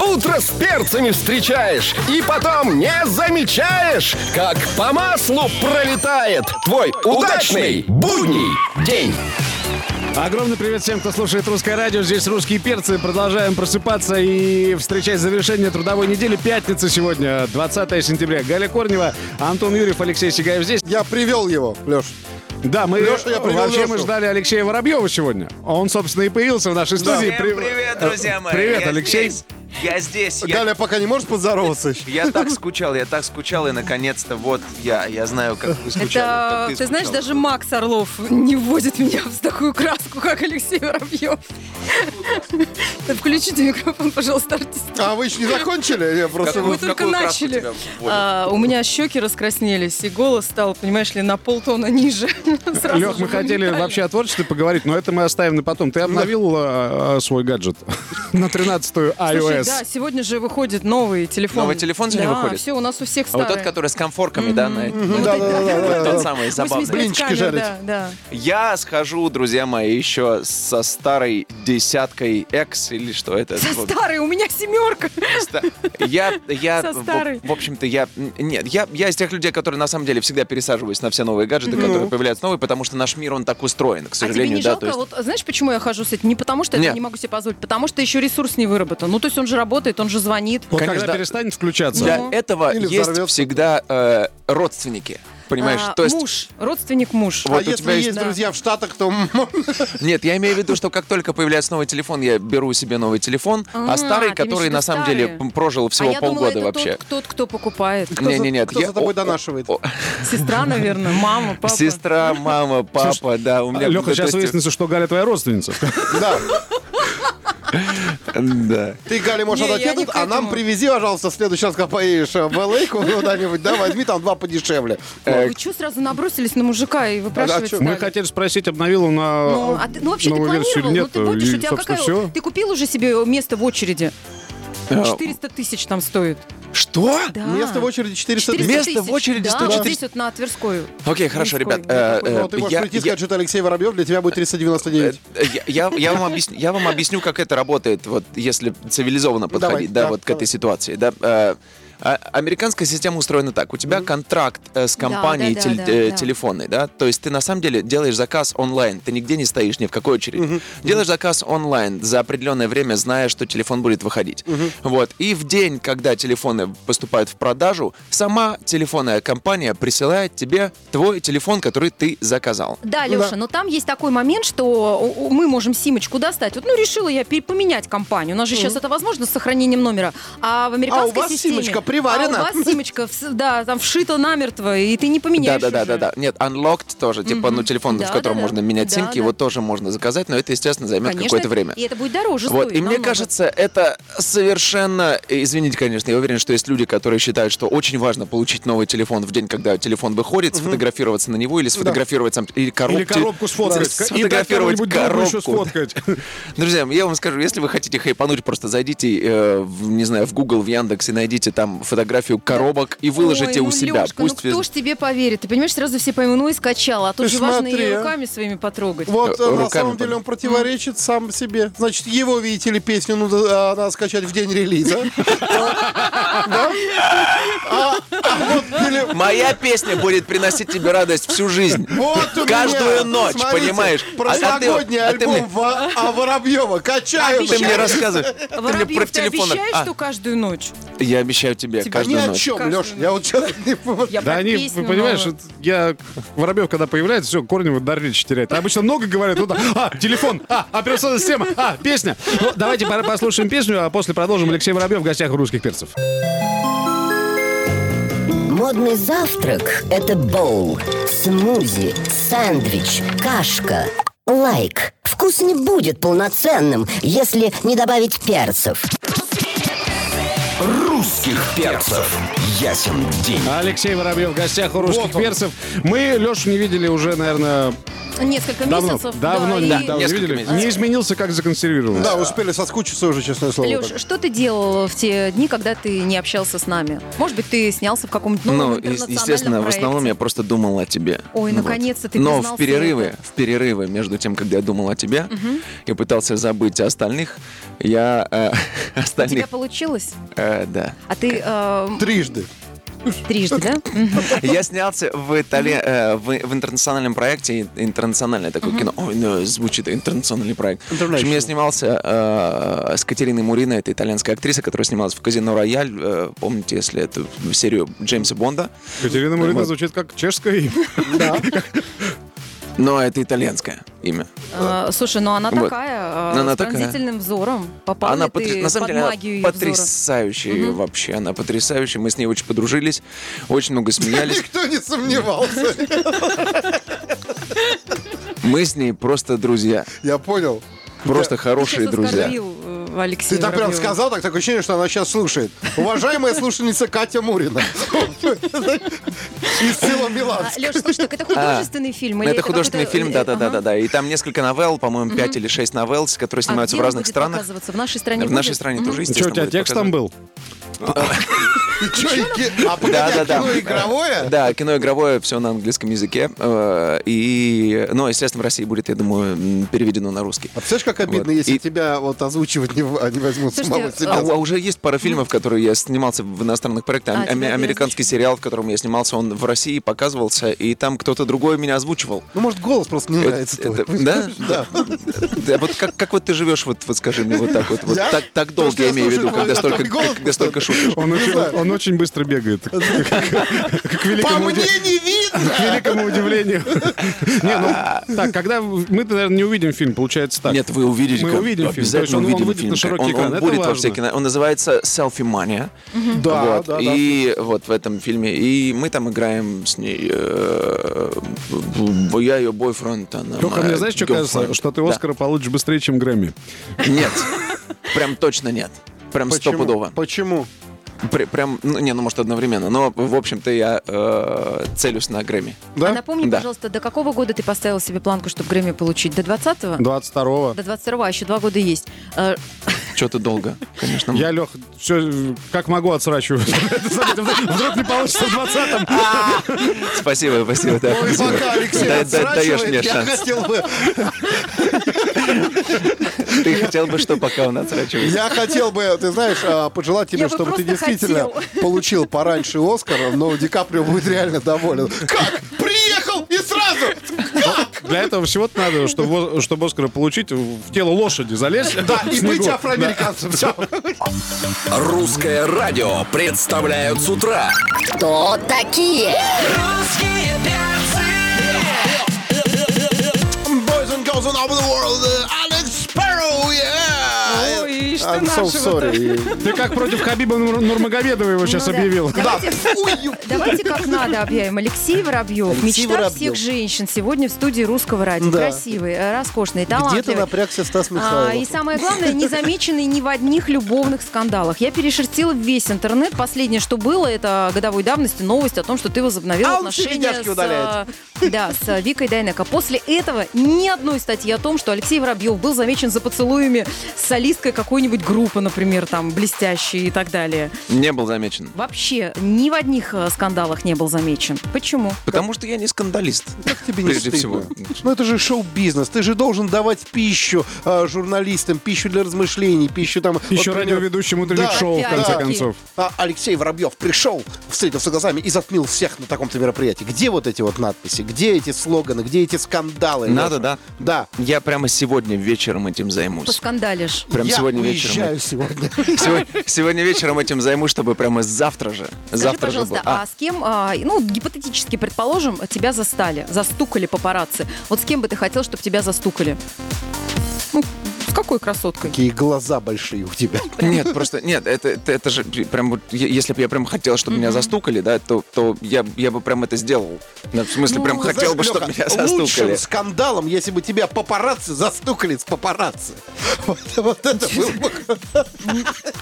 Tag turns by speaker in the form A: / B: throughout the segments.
A: Утро с перцами встречаешь и потом не замечаешь, как по маслу пролетает твой удачный будний день.
B: Огромный привет всем, кто слушает Русское радио. Здесь русские перцы. Продолжаем просыпаться и встречать завершение трудовой недели. Пятница сегодня, 20 сентября. Галя Корнева, Антон Юрьев, Алексей Сигаев здесь.
C: Я привел его, Леш.
B: Да, мы
C: Лёша, я привел
B: вообще мы
C: Лёшу.
B: ждали Алексея Воробьева сегодня. Он, собственно, и появился в нашей студии.
D: Всем
B: При-
D: привет, друзья мои.
B: э, Привет,
D: Я
B: Алексей.
D: здесь. Я здесь. Я,
C: Галя, пока не можешь поздороваться еще?
D: я так скучал, я так скучал, и наконец-то вот я. Я знаю, как вы скучали.
E: Это,
D: как
E: а ты знаешь,
D: скучала.
E: даже Макс Орлов не вводит меня в такую краску, как Алексей Воробьев. Включите микрофон, пожалуйста, артист.
C: А вы еще не закончили? Я просто...
D: Какой-
E: Мы
D: в
E: только
D: какую краску
E: начали.
D: тебя вводят?
E: А, у меня щеки раскраснелись, и голос стал, понимаешь ли, на полтона ниже. Сразу
B: Лех,
E: же
B: мы хотели
E: моментально.
B: вообще о творчестве поговорить, но это мы оставим на потом. Ты обновил э, э, свой гаджет на 13-ю
E: Слушай,
B: iOS.
E: да, сегодня же выходит новый телефон.
D: Новый телефон сегодня
E: да,
D: выходит?
E: все, у нас у всех
D: А вот
E: старые.
D: тот, который с комфорками, да, на
C: Да,
D: ну,
C: да, да, да,
D: вот
C: да.
D: тот самый забавный.
E: 85
C: Блинчики
E: камер,
C: жарить.
E: Да, да.
D: Я схожу, друзья мои, еще со старой десяткой X или что это?
E: Со старой, у меня семерка.
D: Ста- Я, я,
E: Со
D: в-
E: старой.
D: в, общем-то, я, м, нет, я, я из тех людей, которые на самом деле всегда пересаживаюсь на все новые гаджеты, которые появляются новые, потому что наш мир он так устроен, к
E: А тебе
D: сожалению,
E: не
D: да.
E: жалко?
D: то есть-
E: Вот знаешь, почему я хожу с этим? Не потому, что
D: Нет.
E: я не могу себе позволить, потому что еще ресурс не выработан. Ну, то есть он же работает, он же звонит.
B: Вот
D: Конечно,
B: когда
D: да.
B: перестанет включаться.
D: Для
E: Ну.
D: этого
C: Или
D: есть
C: взорвётся.
D: всегда э, родственники. Понимаешь,
E: А,
D: то есть.
E: Муж, родственник муж.
D: Вот
C: а
D: у
C: если
D: тебя есть-
C: есть
E: Да.
C: друзья в Штатах, то
D: Нет, я имею в виду, что как только появляется новый телефон, я беру себе новый телефон, а,
E: А,
D: старый,
E: ты имеешь
D: который
E: в виду
D: на самом деле
E: старый?
D: м, прожил
E: а
D: всего
E: я думала,
D: полгода
E: это
D: вообще.
E: Тот, тот, кто покупает.
C: кто за-
D: не, не, нет,
C: кто
D: я-
C: за тобой
D: о,
C: донашивает?
D: о,
E: Сестра, наверное, мама, папа.
D: Сестра, мама, папа, да, у меня.
B: Леха,
D: да, то
B: сейчас
D: есть-
B: выяснится, что Галя твоя родственница.
C: Да.
D: Да.
C: Ты, Галя, можешь
E: Не,
C: отдать
E: я не
C: этот,
E: к
C: а нам
E: этому.
C: привези, пожалуйста, в следующий раз, когда поедешь э, в LA куда-нибудь, да, возьми там два подешевле.
D: А. э,
E: Ой, Вы что сразу набросились на мужика и
C: А
E: выпрашивать
C: чё?
E: стали?
B: Мы хотели спросить, обновил он на
E: Ну, а ты, ну вообще ты
B: новую
E: планировал,
B: версию или
E: ну
B: нет.
E: ты будешь,
B: и,
E: у тебя
B: собственно,
E: какая...
B: все.
E: Ты купил уже себе место в очереди?
D: А,
E: 400 тысяч там стоит.
D: Что?
E: Да.
C: Место в очереди 400
E: 400
C: тысяч.
D: Место в
E: тысяч.
D: очереди
E: да,
D: стоит
E: вот
D: 400.
E: здесь вот на Тверской.
D: Окей, хорошо,
E: Мужской,
D: ребят.
E: да,
D: э,
E: такой.
D: э,
C: Но Ну, ты можешь
D: я-
C: прийти и
D: я-
C: сказать, что это Алексей Воробьев, для тебя будет 399.
D: Э, Я, я- я вам объясню, я вам объясню, как это работает, вот если цивилизованно подходить, да,
C: да,
D: вот к
C: Ну, давай.
D: этой ситуации, да. Э, а- Американская система устроена так. У тебя контракт э, с компанией
E: да,
D: тел-
E: да,
D: э,
E: да.
D: телефонной, да? То есть ты на самом деле делаешь заказ онлайн. Ты нигде не стоишь, ни в какой очереди. Делаешь заказ онлайн за определенное время, зная, что телефон будет выходить. Вот. И в день, когда телефоны поступают в продажу, сама телефонная компания присылает тебе твой телефон, который ты заказал.
E: Да, Леша, но там есть такой момент, что у- у- мы можем симочку достать. Вот, ну, решила я пере- поменять компанию. У нас же сейчас это возможно с сохранением номера. А в американской
C: А у вас
E: системе-
C: симочка приварена.
E: А у вас симочка, вс- да, там вшита намертво, и ты не поменяешь
D: да, да, да,
E: уже.
D: да, да. Нет, unlocked тоже, типа, ну, телефон,
E: Да,
D: в котором
E: да, да.
D: можно менять
E: Да,
D: симки,
E: да.
D: его тоже можно заказать, но это, естественно, займет
E: Конечно,
D: какое-то время.
E: И это будет дороже
D: Вот,
E: стоить Ну,
D: и мне
E: намного.
D: кажется, это совершенно... э, Извините, конечно, я уверен, что есть люди, которые считают, что очень важно получить новый телефон в день, когда телефон выходит, сфотографироваться на него или сфотографировать сам... Или коробку,
B: Или коробку сфоткать. И так
D: Сфотографировать
B: кого-нибудь другу еще
D: коробку.
B: сфоткать.
D: Друзья, я вам скажу, если вы хотите хайпануть, просто зайдите, э, в, не знаю, в Google, в Яндекс и найдите там фотографию коробок и выложите
E: Ой,
D: у
E: ну,
D: себя.
E: Лёшка, ну кто
D: вез-
E: ж тебе поверит? Ты понимаешь, сразу все поймут, ну и скачала, а тут
C: Ты
E: же важно
C: смотри,
E: и
C: а.
E: руками своими потрогать.
C: Вот э,
D: Руками
C: на самом деле он противоречит сам себе. Значит, его, видите ли, песню ну, да, а, надо скачать в день релиза. Да? А а вот теле-
D: Моя песня будет приносить тебе радость всю жизнь.
C: вот у
D: Каждую
C: меня,
D: ночь,
C: смотрите,
D: понимаешь? А- а ты-
C: Прошлогодний
D: а ты мне-
C: альбом Во- а Воробьева. Качаем.
D: Ты мне
E: Обещаешь?
D: рассказываешь. Ты мне про
E: А Воробьев, ты
D: телефон.
E: обещаешь,
D: А,
E: что каждую ночь?
D: Я обещаю тебе
E: Тебе
C: Ни
D: каждую
C: о
D: ночь.
C: чем,
E: Каждую
C: Леш. Я вот сейчас не понимаю.
E: Я
B: Да
E: про
B: они,
E: песню
B: вы понимаешь,
E: новую.
B: это я Воробьев, когда появляется, все, Корнева дар речи теряет. А Обычно много говорят, ну да, а, телефон, а, операционная система, а, песня. Ну, давайте пора послушаем песню, а после продолжим Алексей Воробьев в гостях у русских перцев.
F: Модный завтрак – это боул, смузи, сэндвич, кашка, лайк. Вкус не будет полноценным, если не добавить перцев.
A: Русских перцев. Ясен день.
B: Алексей Воробьев в гостях у русских перцев. Мы Лешу не видели уже, наверное,
E: Несколько
B: давно.
E: месяцев.
B: давно
E: да,
B: не,
E: и-
B: давно не
D: Несколько
B: видели.
D: месяцев.
B: Не изменился, как законсервировался.
C: Да, успели соскучиться уже, честное слово.
E: Леш, что ты делал в те дни, когда ты не общался с нами? Может быть, ты снялся в каком-нибудь новом
D: Ну, е-
E: интернациональном
D: естественно, в
E: проекте?
D: основном я просто думал о тебе. Ну
E: Ой,
D: Вот.
E: наконец-то ты
D: Но в
E: признался
D: перерывы,
E: это.
D: в перерывы между тем, когда я думал о тебе и пытался забыть о остальных, Я э,
E: У тебя
D: остальных...
E: получилось?
D: э, да.
E: А ты э,
C: Трижды.
E: трижды, да? Мгм.
D: Я снялся в, Итали... э, в, в интернациональном проекте, интернациональное такое кино. Ой, ну, звучит интернациональный проект. В общем, я снимался э, с Катериной Муриной, это итальянская актриса, которая снималась в «Казино Рояль». Э, помните, если это в серию Джеймса Бонда?
B: Катерина Мурина звучит как чешское имя.
D: Но это итальянское имя.
E: Э, Слушай, ну она
D: Вот.
E: такая, э,
D: Ну, она
E: с пронзительным взором. Попала
D: она
E: ли
D: потр-
E: ты
D: на самом
E: под
D: деле она
E: магию её взора?
D: потрясающая вообще, она потрясающая. Мы с ней очень подружились, очень много смеялись.
C: Никто не сомневался.
D: Мы с ней просто друзья,
C: Я понял.
D: просто хорошие
E: Сейчас
D: друзья.
E: оскорбил, э, Алексея
C: Ты так прям
E: Воробьева.
C: сказал, так такое ощущение, что она сейчас слушает. Уважаемая слушательница Катя Мурина. Из села
E: А,
C: Миланска.
E: Лёш, слушай, так это художественный фильм?
D: Ну,
E: или
D: это художественный
E: какой-то-
D: фильм, да,
E: э,
D: да, да,
E: ага.
D: да, да. И там несколько новелл, по-моему, пять или шесть новелл, с- которые
E: А
D: снимаются
E: где
D: в
E: он
D: разных
E: будет
D: странах.
E: показываться? В нашей стране
D: В нашей
E: будет?
D: стране
E: Мгм.
D: тоже,
B: Что,
D: естественно,
B: у тебя
D: будет
B: текст там
D: показывать.
B: был?
C: И чё, и ки- А погоди,
D: Да,
C: а
D: да, да.
C: кино игровое?
D: Да, кино игровое, все на английском языке. Э, И, ну, естественно, в России будет, я думаю, м, переведено на русский.
C: А представляешь, как обидно,
D: Вот.
C: если
D: И-
C: тебя вот озвучивать не, в- а не возьмут
E: Слушайте,
C: самого себя.
D: А, у- а уже есть пара фильмов, которые я снимался в иностранных проектах.
E: А,
D: Ам-
E: тебя не
D: американский сериал, в котором я снимался, он в России показывался, и там кто-то другой меня озвучивал.
C: Ну, может, голос просто не нравится
D: Это-
C: твой.
D: это- да? Да. Да, Вот как, как вот ты живешь, вот, вот скажи мне, вот так вот, вот
C: Я?
D: так, так
C: То,
D: долго,
C: что
D: я
C: я
D: имею в виду,
C: слушаю,
D: когда
C: а
D: столько,
C: там голос
D: когда столько шутишь.
B: Он очень, он очень быстро бегает. Как, к
C: По
B: великому, уди-
C: мне не видно!
B: к великому удивлению. Не, ну, так, когда в- мы, наверное, не увидим фильм, получается так.
D: Нет, вы увидите.
B: Мы
D: как-
B: увидим фильм. То есть
D: Обязательно
B: он- он
D: увидим
B: выйдет
D: фильм.
B: на широкий
D: Он-
B: экран,
D: Он
B: это
D: будет во
B: важно.
D: всякий... Он называется «Селфи-мания».
C: Да,
D: Вот.
C: да, да.
D: И вот в этом фильме. И мы там играем с ней. э, б- Я ее бойфренд, она
B: Только
D: моя
C: А,
B: мне, знаешь, что кажется?
D: girlfriend.
B: Что ты
D: Да.
B: Оскара получишь быстрее, чем Грэмми.
D: Нет. Прям точно нет. Прям стопудово.
C: Почему?
D: Пр- Прям, ну, не, ну, может, одновременно. Но, в общем-то, я э, целюсь на Грэмми.
E: А
C: Да?
E: напомни,
D: Да.
E: пожалуйста, до какого года ты поставил себе планку, чтобы Грэмми получить? До 20-го?
B: 22-го.
E: До 22-го, а еще два года есть. Э,
D: Что-то долго, конечно.
B: Я, Лех, все как могу отсрачиваю. Вдруг не получится в 20-м.
D: Спасибо, спасибо. да,
C: Ой,
D: спасибо.
C: пока Алексей
D: Да- да- Даешь
C: отсрачивает,
D: мне
C: я
D: шанс.
C: хотел бы...
D: Ты хотел бы, что пока он отсрачивается?
C: Я хотел бы, ты знаешь, а, пожелать тебе,
E: Я бы
C: чтобы ты
E: просто
C: действительно
E: хотел.
C: получил пораньше Оскара, но Ди Каприо будет реально доволен. Как? Приехал и сразу!
B: Для этого всего-то надо, чтобы, чтобы Оскара получить, в тело лошади залезть.
C: Да,
B: в
C: и
B: снегу.
C: быть афроамериканцем. Всё.
A: Русское радио представляют с утра.
F: Кто такие?
C: Boys and girls all over the world, uh, Alex Sparrow, yeah!
E: Ой, и что
C: I'm so
E: нашего-то?
C: sorry.
B: Ты как против Хабиба Нур- Нурмагомедова его сейчас
E: Ну да.
B: объявил.
E: Давайте,
C: Ой,
E: давайте как надо объявим. Алексей Воробьев,
C: Алексей
E: мечта
C: Воробьев.
E: всех женщин, сегодня в студии Русского радио.
C: Да.
E: Красивый, э, роскошный, талантливый.
C: Где-то напрягся Стас
E: А,
C: Михайлов.
E: и самое главное, не замеченный ни в одних любовных скандалах. Я перешерстила весь интернет. Последнее, что было, это годовой давности новость о том, что ты возобновил
C: А он
E: отношения
C: середняшки
E: с,
C: удаляет.
E: э, да, с Викой Дайнеко. После этого ни одной статьи о том, что Алексей Воробьев был замечен за поцелуями с солисткой какой-нибудь группы, например, там, блестящей и так далее.
D: Не был замечен.
E: Вообще ни в одних э, скандалах не был замечен. Почему?
D: Потому что я не скандалист.
C: Как тебе не
D: Прежде
C: стыдно?
D: всего.
C: Ну это же шоу-бизнес. Ты же должен давать пищу э, журналистам, пищу для размышлений, пищу там...
B: Еще
C: вот, например,
B: радиоведущему утренних
C: Да,
B: шоу, в конце
E: опять-таки.
B: концов.
C: а, Алексей Воробьев пришел, встретился глазами и затмил всех на таком-то мероприятии. Где вот эти вот надписи? Где эти слоганы? Где эти скандалы?
D: Надо,
C: Лёша?
D: да?
C: Да.
D: Я прямо сегодня вечером этим займусь.
E: Поскандалишь.
D: Прям
C: Я
D: сегодня вечером.
C: уезжаю сегодня.
D: Сегодня, сегодня вечером этим займусь, чтобы прямо завтра же.
E: Скажи,
D: завтра
E: пожалуйста,
D: же. был.
E: а,
D: А,
E: с кем, а, ну, гипотетически, предположим, тебя застали, застукали папарацци. Вот с кем бы ты хотел, чтобы тебя застукали? Ну, с какой красоткой?
C: Какие глаза большие у тебя.
D: Нет, просто нет, это, это, это же прям вот е- если бы я прям хотел, чтобы меня застукали, да, то, то я, б- я бы прям это сделал. Ну, В смысле, прям
C: Ну,
D: хотел
C: знаешь,
D: бы, чтобы
C: Лёха,
D: меня застукали.
C: Лучшим скандалом, если бы тебя папарацци застукали с папарацци. Вот, вот это было бы...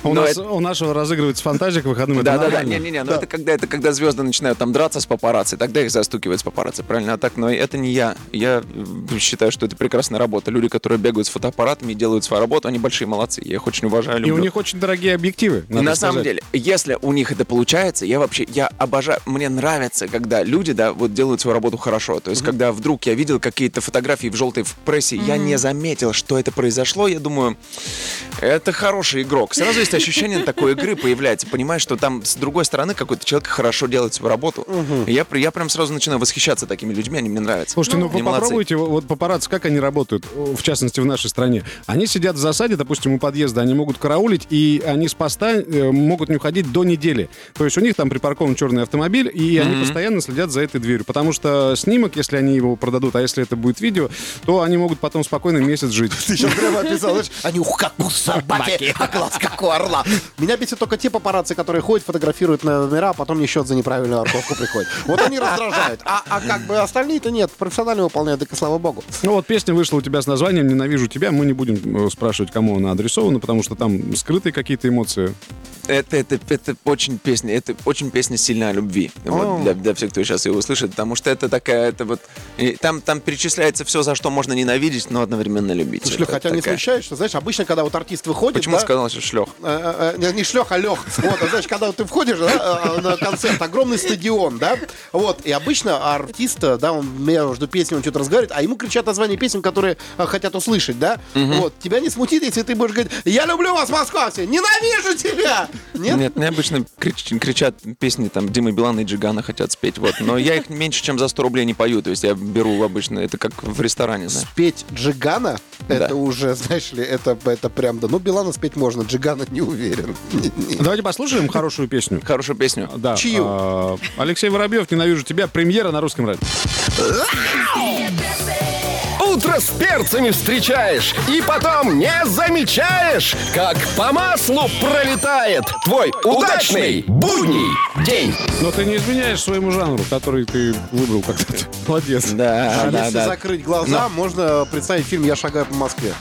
B: У,
D: Но
B: нас,
D: Ну, это-
B: у нашего разыгрывается фантазия к выходным. это
D: Да, да, да,
B: нормально.
D: не, не, не, но это когда это когда звезды начинают там драться с папарацци, тогда их застукивают с папарацци, правильно? А так, но это не я. Я э, считаю, что это прекрасная работа. Люди, которые бегают с фотоаппаратами и делают свою работу, они большие молодцы. Я их очень уважаю,
B: И
D: люблю.
B: у них очень дорогие объективы.
D: И
B: надо
D: на самом
B: сказать.
D: деле, если у них это получается, я вообще, я обожаю, мне нравится, когда люди, да, вот делают свою работу хорошо. То есть, когда вдруг я видел какие-то фотографии в желтой в прессе, я не заметил, что это произошло, я думаю, Это хороший игрок. Сразу есть ощущение такой игры появляется. Понимаешь, что там с другой стороны какой-то человек хорошо делает свою работу. И Я, при- я прям сразу начинаю восхищаться такими людьми, они мне нравятся.
B: Слушайте, ну вы
D: Они молодцы.
B: попробуйте, вот- вот папарацци, как они работают, в частности, в нашей стране. Они сидят в засаде, допустим, у подъезда, они могут караулить, и они с поста э, могут не уходить до недели. То есть у них там припаркован черный автомобиль, и они постоянно следят за этой дверью. Потому что снимок, если они его продадут, а если это будет видео, то они могут потом спокойно месяц жить.
C: Ты сейчас прямо описал, знаешь?
A: Они ух, как у собаки, а глаз как у орла.
C: Меня бесит только те папарацци, которые ходят, фотографируют на номера, а потом мне счет за неправильную парковку приходит. Вот они раздражают. А, а как бы остальные-то нет, профессионально выполняют, так и слава богу.
B: Ну вот песня вышла у тебя с названием «Ненавижу тебя». Мы не будем э, спрашивать, кому она адресована, потому что там скрытые какие-то эмоции.
D: Это, это, это очень песня, это очень песня сильная о любви. Вот для, для всех, кто сейчас ее услышит, потому что это такая, это вот и там, там перечисляется все, за что можно ненавидеть, но одновременно любить.
C: Слушай, Лёх,
D: Это
C: хотя не
D: такая-
C: смущаешь, что, знаешь, обычно, когда вот артист выходит,
D: Почему
C: да,
D: ты сказал, что шлех?
C: Э, э, э, Не шлех, а лех. Вот, а знаешь, когда вот ты входишь да, э, на концерт, огромный стадион, да, вот, и обычно артист, э, да, он между песней он что-то разговаривает, а ему кричат название песен, которые э, хотят услышать, да, вот, тебя не смутит, если ты будешь говорить, я люблю вас, Москва, все, ненавижу тебя, нет?
D: Нет, мне обычно крич- кричат песни там Димы Билана и Джигана хотят спеть, вот. Но я их меньше, чем за 100 рублей не пою, то есть я беру обычно, это как в ресторане, знаешь.
C: Спеть Джигана,
D: Да.
C: это уже, знаешь ли, это, это прям, да, ну, Билана спеть можно, Джигана не уверен.
B: Давайте послушаем хорошую песню.
D: Хорошую песню.
B: Да.
C: Чью?
B: а, Алексей Воробьев, ненавижу тебя. Премьера на русском радио.
A: Утро с перцами встречаешь и потом не замечаешь, как по маслу пролетает твой удачный будний день.
B: Но ты не изменяешь своему жанру, который ты выбрал когда-то. Молодец.
D: Да, да,
C: А Если
D: да.
C: закрыть глаза, можно представить фильм «Я шагаю по Москве».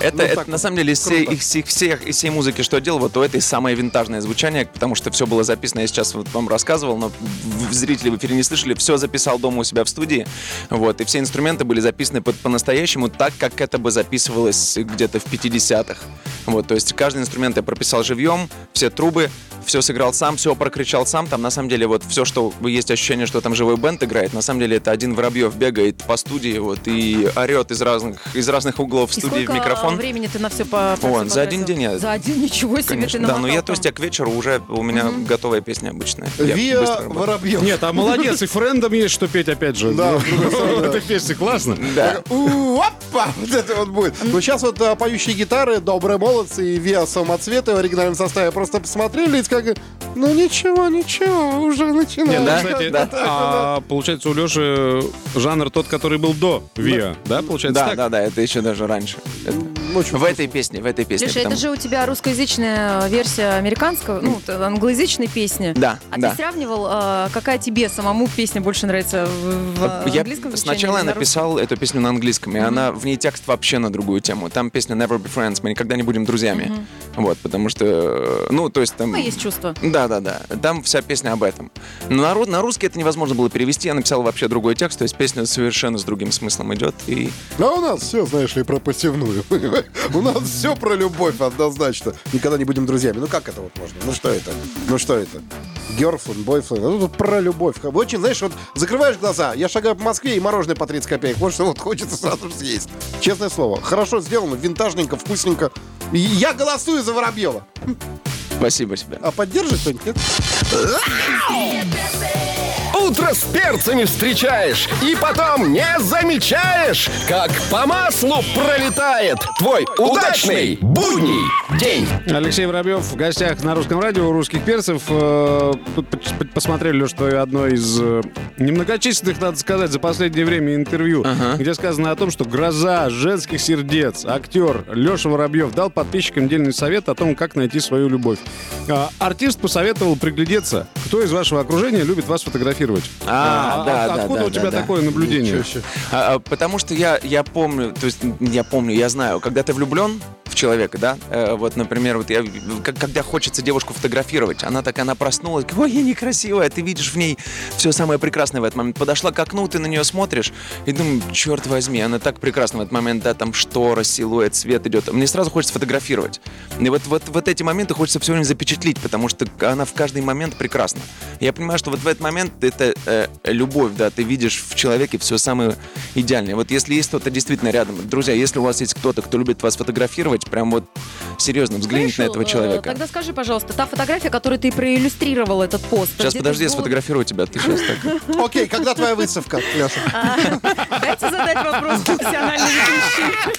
D: Это,
C: Ну,
D: это,
C: так,
D: на самом деле из всей,
C: круто.
D: их всех, всех- из всей музыки, что я делал, вот у этой самое винтажное звучание, потому что все было записано, я сейчас вот вам рассказывал, но в- в- зрители в эфире не слышали, все записал дома у себя в студии, вот, и все инструменты были записаны под- по-настоящему так, как это бы записывалось где-то в 50-х, вот, то есть каждый инструмент я прописал живьем, все трубы, все сыграл сам, все прокричал сам. Там на самом деле вот все, что есть ощущение, что там живой бенд играет, на самом деле это один Воробьев бегает по студии вот и орет из разных из разных углов
E: И
D: студии в
E: сколько а,
D: микрофон.
E: времени ты на все по...
D: Вон, за один день я-
E: За один ничего себе ты
D: Конечно, да, но
E: намотал
D: я, то есть, я к
E: там.
D: вечеру уже у меня готовая песня обычная. Я быстро
C: Виа
D: работаю.
C: Воробьев.
B: Нет, а молодец, и френдом есть что петь опять же.
C: Да,
B: Ну, Это песня классно.
D: Да.
C: У, Опа! Вот это вот будет. Ну, сейчас вот а, поющие гитары, добрые молодцы и Виа самоцветы в оригинальном составе просто посмотрели и сказали, ну ничего, ничего, уже
B: Не,
C: начинаем.
B: ну,
D: Да,
B: кстати,
D: да.
B: а, получается, у Лёши жанр тот, который был до Виа, да, получается
D: Да,
B: так?
D: да, да, это еще даже раньше. Это-
C: Очень
D: В этой песне, в этой песне.
E: Леша, это
D: потому-
E: же у тебя русскоязычная версия американского, ну, т- англоязычной песни.
D: Да,
E: А
D: да.
E: ты сравнивал, а, какая тебе самому песня больше нравится в, в
D: Я
E: английском звучании
D: сначала я
E: или на русском?
D: написал эту песню на английском, и она в ней текст вообще на другую тему. Там песня Never Be Friends, мы никогда не будем друзьями. Вот, потому что, э, ну, то есть там.
E: Ну, есть чувство.
D: Да, да, да. Там вся песня об этом. Но на, ру- на русский это невозможно было перевести. Я написал вообще другой текст, то есть песня совершенно с другим смыслом идет. И
C: А у нас все, знаешь ли, про посевную. У нас все про любовь однозначно. Никогда не будем друзьями. Ну как это вот можно? Ну что это? Ну что это? Герфленд, бойфленд. Ну тут про любовь. Очень, знаешь, вот закрываешь глаза, я шагаю по Москве и мороженое по 30 копеек. Вот что вот хочется сразу же съесть. Честное слово. Хорошо сделано, винтажненько, вкусненько. И Я голосую за Воробьева.
D: спасибо тебе.
C: А поддержит кто-нибудь? нет?
A: Утро с перцами встречаешь и потом не замечаешь, как по маслу пролетает твой удачный будний день.
B: Алексей Воробьев в гостях на русском радио у русских перцев. Э, Тут поч- по- посмотрели, что одно из э, немногочисленных, надо сказать, за последнее время интервью, где сказано о том, что гроза женских сердец, актер Леша Воробьев дал подписчикам дельный совет о том, как найти свою любовь. А, Артист посоветовал приглядеться, кто из вашего окружения любит вас фотографировать.
D: А, да, да,
B: Откуда
D: да,
B: у тебя
D: да, да.
B: такое наблюдение?
D: А, а, потому что я, я помню, то есть м, я помню, я знаю, когда ты влюблен в человека, да, э, вот, например, вот я, к- когда хочется девушку фотографировать, она такая, она проснулась, ой, я некрасивая, ты видишь в ней все самое прекрасное в этот момент. Подошла к окну, ты на нее смотришь и думаю, черт возьми, она так прекрасна в этот момент, да, там штора, силуэт, свет идет. Мне сразу хочется фотографировать. И вот, вот, вот эти моменты хочется все время запечатлить, потому что она в каждый момент прекрасна. Я понимаю, что вот в этот момент это э, любовь, да, ты видишь в человеке все самое идеальное. Вот если есть кто-то действительно рядом, друзья, если у вас есть кто-то, кто любит вас фотографировать, Прям вот серьезно взгляните
E: Знаешь,
D: на этого
E: э,
D: человека.
E: Тогда скажи, пожалуйста, та фотография, которую ты проиллюстрировал этот пост.
D: Сейчас
E: где-то
D: подожди, я
E: год-
D: сфотографирую тебя. Ты сейчас так.
C: Окей, когда твоя выставка, Леша?
E: Дайте задать вопрос профессиональной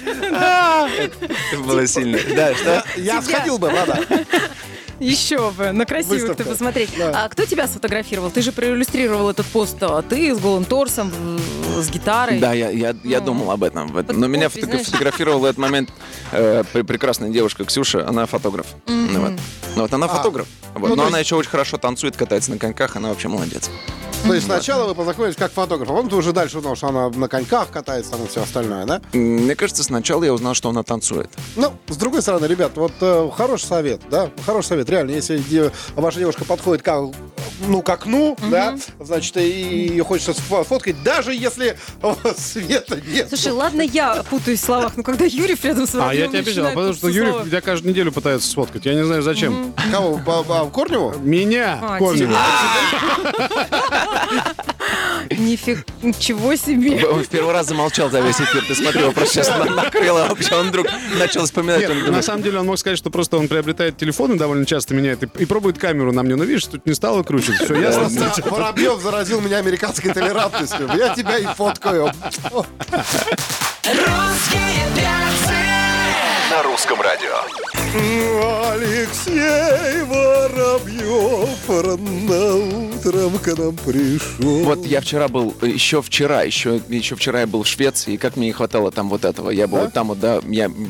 E: ведущей. Типа
D: Это было сильно. Да, что?
C: Я сходил бы, ладно.
E: Еще бы, на красивых
C: Выставка.
E: ты посмотреть.
C: Да.
E: А кто тебя сфотографировал? Ты же проиллюстрировал этот пост. а Ты с голым торсом, в- с гитарой.
D: Да, я, я, я
E: Ну.
D: думал об этом. об этом. Но меня
E: Подкупи,
D: фото-
E: знаешь.
D: фотографировала в этот момент э, пр- прекрасная девушка Ксюша, она фотограф. Ну вот. Ну вот она фотограф. Вот.
C: Ну,
D: Но
C: то
D: она еще очень хорошо танцует, катается на коньках, она вообще молодец.
C: То есть сначала вы познакомились как фотограф, а потом ты уже дальше узнал, что она на коньках катается, там и все остальное, да?
D: М, Мне кажется, сначала я узнал, что она танцует.
C: Ну, с другой стороны, ребят, вот э, хороший совет, да, хороший совет, реально, если де- ваша девушка подходит к, ну, к окну, да, значит, и ее хочется сфо- сфоткать, даже если э, света нет.
E: Слушай, ладно, я путаюсь в словах, но когда Юрьев рядом с вами,
B: А я
E: он
B: тебя обижал,
E: начинает
B: потому что
E: путаться в
B: Юрий
E: словах.
B: меня каждую неделю пытается сфоткать. Я не знаю зачем.
C: Кого, Ба- Ба- Корневу?
B: Меня
E: А,
B: Корнева.
E: Нифиг, ничего себе.
D: Он в первый раз замолчал за весь эфир. Ты смотри, его просто сейчас накрыло вообще. Он вдруг начал вспоминать.
B: Нет,
D: он
B: на
D: думает,
B: самом деле он мог сказать, что просто он приобретает телефон и довольно часто меняет и, и пробует камеру на мне. Но видишь, тут не стало крутить. Все ясно.
C: Просто Воробьев заразил меня американской толерантностью. Я тебя и фоткаю.
A: На русском радио.
C: Алексей Воробьев рано утром к нам пришел.
D: Вот я вчера был, э, еще вчера, еще, еще вчера я был в Швеции, и как мне не хватало там вот этого. Я был вот там вот, да, я... м,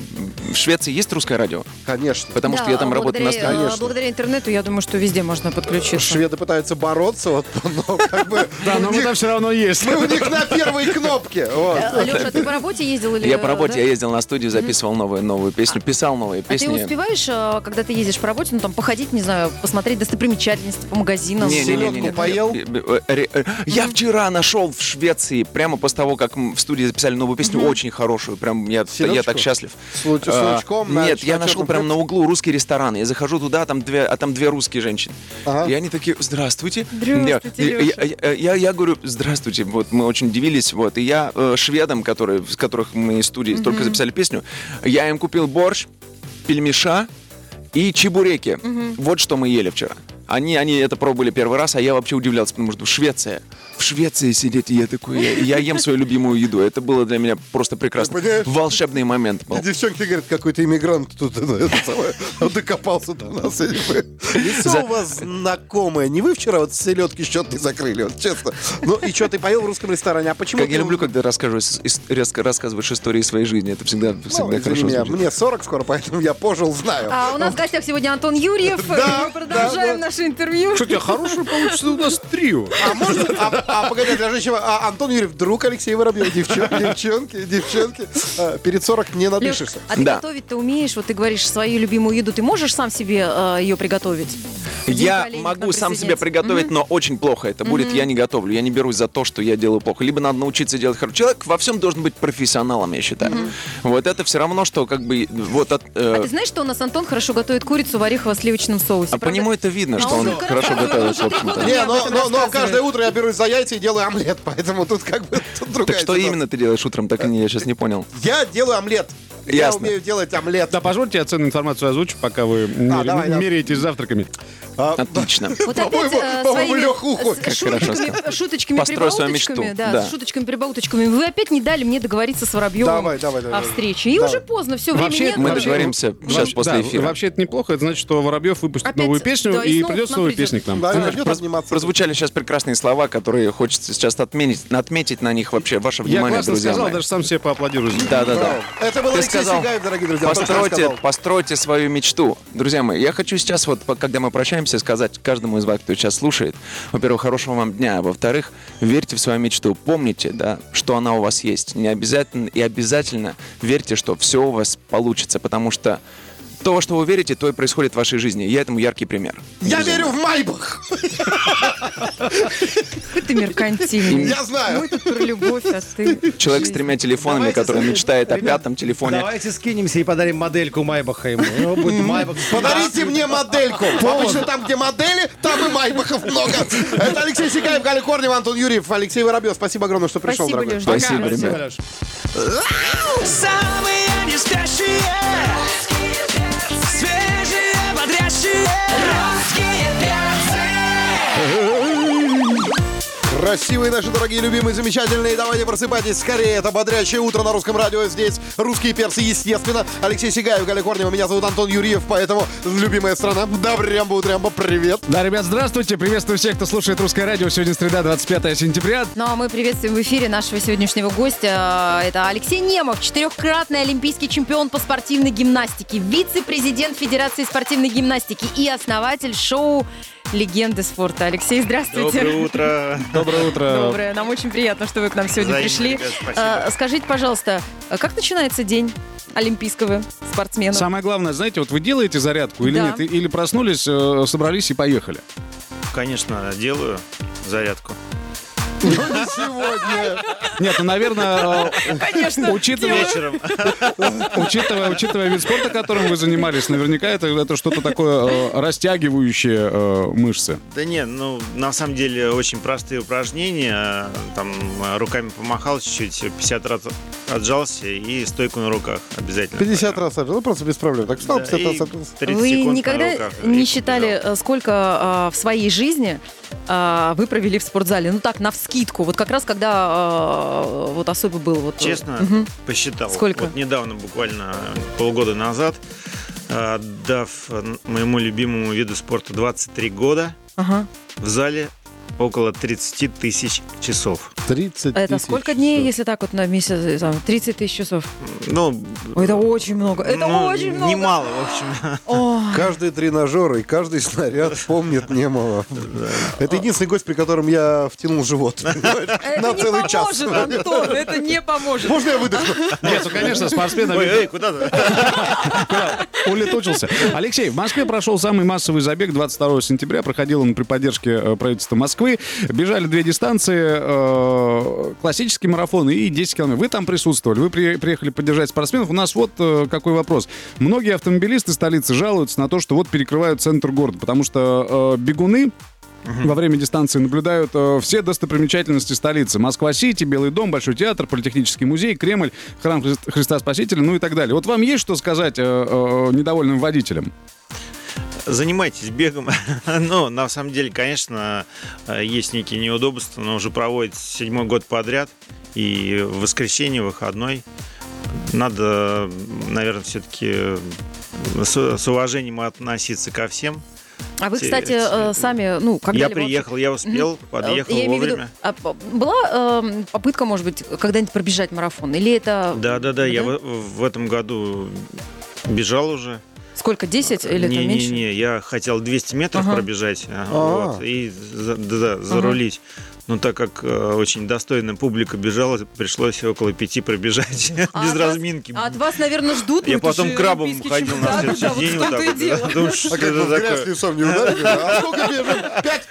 D: В Швеции есть русское радио?
C: Конечно.
D: Потому что я там работаю на
E: благодаря,
D: студии.
E: э, Благодаря интернету, я думаю, что везде можно подключиться.
C: Шведы пытаются бороться, вот, но как бы...
B: Да, но
C: у
B: мы
C: них-
B: там все равно есть.
C: мы у них на первой кнопке. вот.
E: Леша, ты по работе ездил или...
D: Я по работе,
E: Э, да?
D: я ездил на студию, записывал новую, новую песню, писал новые
E: А ты
D: песни.
E: успеваешь, э, когда ты ездишь по работе, ну там походить, не знаю, посмотреть достопримечательности по магазинам?
C: Селедку поел?
D: Я, э, э, я вчера нашел в Швеции, прямо после того, как м, в студии записали новую песню, очень хорошую. Прям я, я
C: Селедочку?
D: так счастлив.
C: С луч- с
D: А,
C: лучком на
D: Нет, я
C: черном
D: нашел прям
C: хлебе?
D: на углу русский ресторан. Я захожу туда, там две, а там две русские женщины.
C: Ага.
D: И они такие, здравствуйте.
E: Здравствуйте,
D: Я-
E: Лёша.
D: я, я- я- я говорю, здравствуйте. Вот мы очень удивились. Вот. И я э, шведам, которые, с которых мы из студии только записали песню, я им купил борщ, пельмеша и чебуреки. Вот что мы ели вчера. Они, они это пробовали первый раз, а я вообще удивлялся, потому что Швеция. В Швеции сидеть, и я такой, я, я ем свою любимую еду. Это было для меня просто прекрасно.
C: Ты понимаешь?
D: Волшебный момент был.
C: И девчонки говорят, какой-то иммигрант тут ну, это самое, он докопался до нас. или вы. Лицо у вас знакомое. Не вы вчера вот с селедки счет не закрыли, вот честно. Ну и что, ты поел в русском ресторане? А почему?
D: Как
C: ты-
D: я люблю, когда рассказываешь, ис- ис- рассказываешь истории своей жизни. Это всегда,
C: Ну,
D: всегда
C: извини
D: хорошо.
C: меня,
D: звучит.
C: мне 40 скоро, поэтому я пожил, знаю.
E: А у нас в гостях сегодня Антон Юрьев.
C: Да,
E: Мы продолжаем
C: да,
E: наше интервью.
B: Что у тебя хорошее получится у нас трио?
C: А можно? А, а, погоди, для женщин. А, Антон Юрьев, друг Алексея Воробьева. Девчон- девчонки, девчонки. а, перед 40 не
E: Лёш,
C: напишешься.
E: а ты
D: Да.
E: готовить ты умеешь? Вот ты говоришь свою любимую еду. Ты можешь сам себе ее приготовить?
D: Я
E: Олень к нам
D: могу сам себе
E: присоединяется.
D: приготовить, но очень плохо это будет. Я не готовлю, я не берусь за то, что я делаю плохо. Либо надо научиться делать хорошо. Человек во всем должен быть профессионалом, я считаю. Вот это все равно, что как бы вот от, э,
E: А ты знаешь, что у нас Антон хорошо готовит курицу в орехово-сливочном соусе?
D: а по
E: правда?
D: нему это видно,
E: А
D: что
E: он
D: он
E: только
D: хорошо
E: рассказывает,
D: готовит, в
E: он только
D: общем-то.
E: три
C: Не,
E: Я об
C: но,
E: этом
C: но- но
E: рассказываю.
C: каждое утро я берусь за яйца и делаю омлет, поэтому тут как бы тут другая
D: Так что
C: ситуация.
D: именно ты делаешь утром, так и не, я сейчас не понял.
C: Я делаю омлет. Я
D: Ясно.
C: умею делать омлет.
B: Да, позвольте я ценную информацию озвучу, пока
D: А,
B: вы мере-
C: давай, да.
B: меряетесь завтраками.
C: А,
D: Отлично.
E: Вот опять,
C: По-моему,
E: э,
C: по-моему,
E: своими
C: Лёха уходит.
E: с-
D: Как хорошо
E: шуточками,
D: сказал.
E: шуточками
D: Построй свою
E: прибауточками,
D: мечту.
E: да,
D: Да.
E: с шуточками прибауточками. Вы опять не дали мне договориться с Воробьевым
C: Давай, давай, давай.
E: о встрече. И
C: Давай.
E: уже поздно, все, времени
B: Вообще,
E: нет.
D: Мы
B: Вообще-
D: договоримся сейчас
B: Вообще- да,
D: после эфира.
B: Вообще это неплохо, это значит, что Воробьев выпустит
E: Опять,
B: новую песню
E: да, и
B: и
E: снова
B: придет
E: к нам
B: с новой
E: придет.
B: песней к нам.
C: Да,
D: Знаешь,
C: начнет
D: проз-
C: обниматься.
D: Прозвучали сейчас прекрасные слова, которые хочется сейчас отметить, отметить на них вообще ваше
B: Я
D: внимание,
B: классно
D: друзья
B: сказал,
D: мои.
B: даже сам себе поаплодирую.
D: Да, да, да.
C: Браво. Это был
D: Ты
C: Алексей
D: сказал,
C: Сигаев, дорогие друзья. то, что я
D: Постройте,
C: сказал.
D: постройте свою мечту. Друзья мои, я хочу сейчас, вот по- когда мы прощаемся, сказать каждому из вас, кто сейчас слушает, во-первых, хорошего вам дня, а во-вторых, верьте в свою мечту. Помните, да, что она у вас есть. Не обязательно и обязательно верьте, что все у вас получится, потому что то, во что вы верите, то и происходит в вашей жизни. Я этому яркий пример.
C: Я верю в Майбах.
E: Какой ты меркантильный.
C: Я знаю.
E: Мы тут про любовь, а ты...
D: Человек с тремя телефонами,
G: Давайте
D: который
G: за-
D: мечтает о
G: ребят,
D: пятом телефоне.
G: Давайте скинемся и подарим модельку Майбаха ему. У него будет Майбах.
C: Подарите мне модельку. Обычно там, где модели, там и Майбахов много. Это Алексей Сигаев, Галя Корнева, Антон Юрьев, Алексей Воробьев. Спасибо огромное, что пришел,
E: Спасибо,
C: дорогой.
E: Леш.
D: Спасибо,
E: Пока.
D: ребят.
G: Лёш.
H: Самые неспящие.
C: Красивые наши дорогие, любимые, замечательные. Давайте просыпайтесь скорее. Это бодрящее утро на русском радио. Здесь русские перцы, естественно. Алексей Сигаев, Галя Корнева. Меня зовут Антон Юрьев, поэтому любимая страна. Добрямба, утрямба, привет.
B: Да, ребят, здравствуйте. Приветствую всех, кто слушает русское радио. Сегодня среда, 25 сентября.
E: Ну а мы приветствуем в эфире нашего сегодняшнего гостя. Это Алексей Немов, четырехкратный олимпийский чемпион по спортивной гимнастике, вице-президент Федерации спортивной гимнастики и основатель шоу «Легенды спорта». Алексей, здравствуйте.
H: Доброе утро.
B: Доброе утро.
E: Доброе. Нам очень приятно, что вы к нам сегодня
H: Взаимно,
E: пришли.
H: ребят, спасибо.
E: А, Скажите, пожалуйста, а как начинается день олимпийского спортсмена?
B: Самое главное, знаете, вот вы делаете зарядку или
E: Да.
B: нет? И- Или проснулись, э, собрались и поехали?
H: Конечно, делаю зарядку.
B: Нет, ну, наверное, э,
E: Конечно.
B: учитывая,
H: Вечером.
B: учитывая, учитывая вид спорта, которым вы занимались, наверняка это, это что-то такое э, растягивающее э, мышцы.
H: Да не, ну, на самом деле, очень простые упражнения. Там э, руками помахал чуть-чуть, 50 раз отжался и стойку на руках обязательно.
C: 50 раз, отжал. ну просто без проблем. Так встал,
H: Да,
C: 50 раз.
H: и
C: отжался.
H: 30
E: Вы
H: секунд на
E: никогда
H: руках, и
E: не
H: побежал.
E: считали, э, сколько а, в своей жизни а, вы провели в спортзале? Ну так, на вскидку. Вот как раз когда а, вот особо был. Вот,
H: Честно,
E: Мгм.
H: посчитал.
E: Сколько?
H: Вот недавно, буквально полгода назад, э, дав э, моему любимому виду спорта 23 года,
E: Ага.
H: в зале около 30 тысяч часов.
C: 30
E: Это
C: тысяч
E: сколько дней,
C: часов.
E: если так вот на месяц? э, Там, 30 тысяч часов.
H: Ну,
E: Ой, это очень много. Это
H: ну,
E: очень много.
H: Немало, в общем.
E: О,
C: Каждый тренажер и каждый снаряд помнит немало. Это единственный гость, при котором я втянул живот.
E: это
C: На
E: не
C: целый
E: поможет,
C: час.
E: Антон, это не поможет.
C: Можно я выдохну?
B: Нет, ну, конечно, спортсменам...
H: Ой, эй, куда ты?
B: Улетучился. Алексей, в Москве прошел самый массовый забег 22 сентября. Проходил он при поддержке э, правительства Москвы. Бежали две дистанции, э, классический марафон и 10 километров. Вы там присутствовали, вы при- приехали поддержать спортсменов. У нас вот э, какой вопрос. Многие автомобилисты столицы жалуются на то, что вот перекрывают центр города, потому что э, бегуны во время дистанции наблюдают э, все достопримечательности столицы. Москва-Сити, Белый дом, Большой театр, Политехнический музей, Кремль, Храм Христ- Христа Спасителя, ну и так далее. Вот вам есть что сказать э, э, недовольным водителям?
H: Занимайтесь бегом. Но на самом деле, конечно, э, есть некие неудобства, но уже проводит седьмой год подряд. И в воскресенье, выходной, надо, наверное, все-таки с, с уважением относиться ко всем.
E: А вы,
H: Те-
E: кстати, э, сами, ну, когда
H: я приехал, я успел, подъехал
E: Я имею в виду,
H: вовремя.
E: а, п- была эм, попытка, может быть, когда-нибудь пробежать марафон? Или это...
H: Да, да, да, я
E: Да?
H: в, в этом году бежал уже.
E: Сколько, 10 или
H: не,
E: там
H: не,
E: меньше?
H: не, я хотел 200 метров
E: Ага.
H: пробежать а,
C: А.
H: вот, и за- да, да, зарулить. Но так как э, очень достойная публика бежала, пришлось около пяти пробежать
E: А
H: без
E: от вас-
H: разминки.
E: А от вас, наверное, ждут.
H: я
E: ну, это
H: потом
E: же
H: крабом
E: олимпийский
H: ходил
E: чемпионат.
H: на следующий
E: Да, да,
H: день
E: вот в том-то и дело.
H: вот так вот. да. Думаю, что
C: А как
H: это
C: бы в грязь
H: такое?
C: лицом не ударили? А сколько бежим? Пять?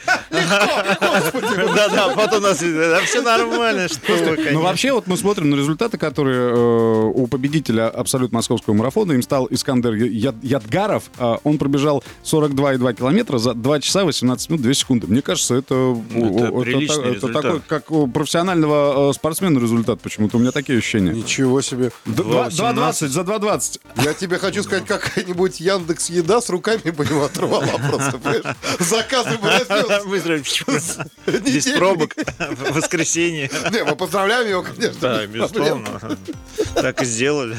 H: Да-да, потом нас... Да все нормально, что вы,
B: Ну,
H: конечно.
B: вообще, вот мы смотрим на результаты, которые э, у победителя абсолют московского марафона, им стал Искандер Я- Ядгаров. Э, он пробежал 42,2 километра за 2 часа 18 минут 2 секунды. Мне кажется, это,
H: это
B: о,
H: приличный
B: та- это
H: результат.
B: такой, как у профессионального э, спортсмена результат почему-то. У меня такие ощущения.
C: Ничего себе.
B: Д- два- 2,20
H: 18.
B: за 2,20.
C: Я тебе хочу сказать, какая-нибудь Яндекс Еда с руками бы его оторвала просто, понимаешь? Заказы бы разнес.
H: Быстро. Без пробок. В воскресенье.
C: Не, мы поздравляем его, конечно.
H: Да,
C: без проблем.
H: безусловно. Так и сделали.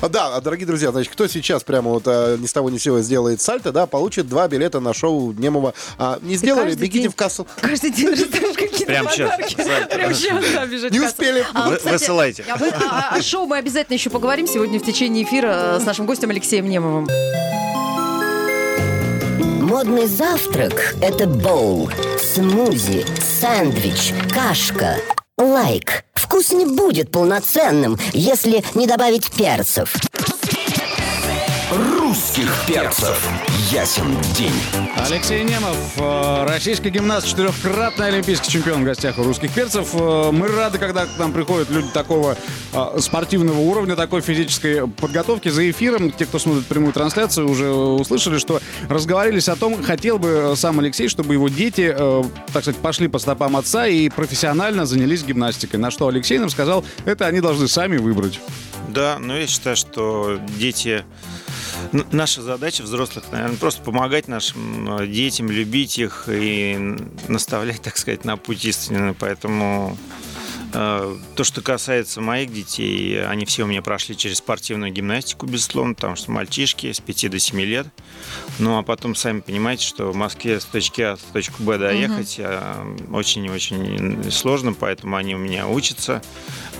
C: А, Да, а, дорогие друзья, значит, кто сейчас прямо вот а, ни с того ни с сего сделает сальто, да, получит два билета на шоу Немова. А, не сделали,
E: каждый
C: бегите
E: день-
C: в кассу.
E: Каждый день раздаешь какие-то
H: Прям щас.
E: подарки. Прям сейчас, да, бежать
C: Не
E: в кассу.
C: успели.
E: А,
H: Вы-
E: кстати,
H: высылайте.
E: а вы- а- а- О шоу мы обязательно еще поговорим сегодня в течение эфира э, с нашим гостем Алексеем Немовым.
F: Модный завтрак – это боул, смузи, сэндвич, кашка, лайк. Вкус не будет полноценным, если не добавить перцев.
A: Русских перцев. Ясен день.
B: Алексей Немов, э, российский гимнаст, четырехкратный олимпийский чемпион в гостях у русских перцев. Э, Мы рады, когда к нам приходят люди такого э, спортивного уровня, такой физической подготовки. За эфиром, те, кто смотрит прямую трансляцию, уже услышали, что разговорились о том, хотел бы э, сам Алексей, чтобы его дети, э, так сказать, пошли по стопам отца и профессионально занялись гимнастикой. На что Алексей нам сказал, это они должны сами выбрать.
H: Да, но я считаю, что дети Н- Наша задача взрослых, наверное, просто помогать нашим э, детям, любить их и н- наставлять, так сказать, на путь истинный. Поэтому э, то, что касается моих детей, они все у меня прошли через спортивную гимнастику, безусловно, потому что мальчишки с 5 до 7 лет. Ну, а потом, сами понимаете, что в Москве с точки А в точку Б доехать э, очень-очень сложно, поэтому они у меня учатся.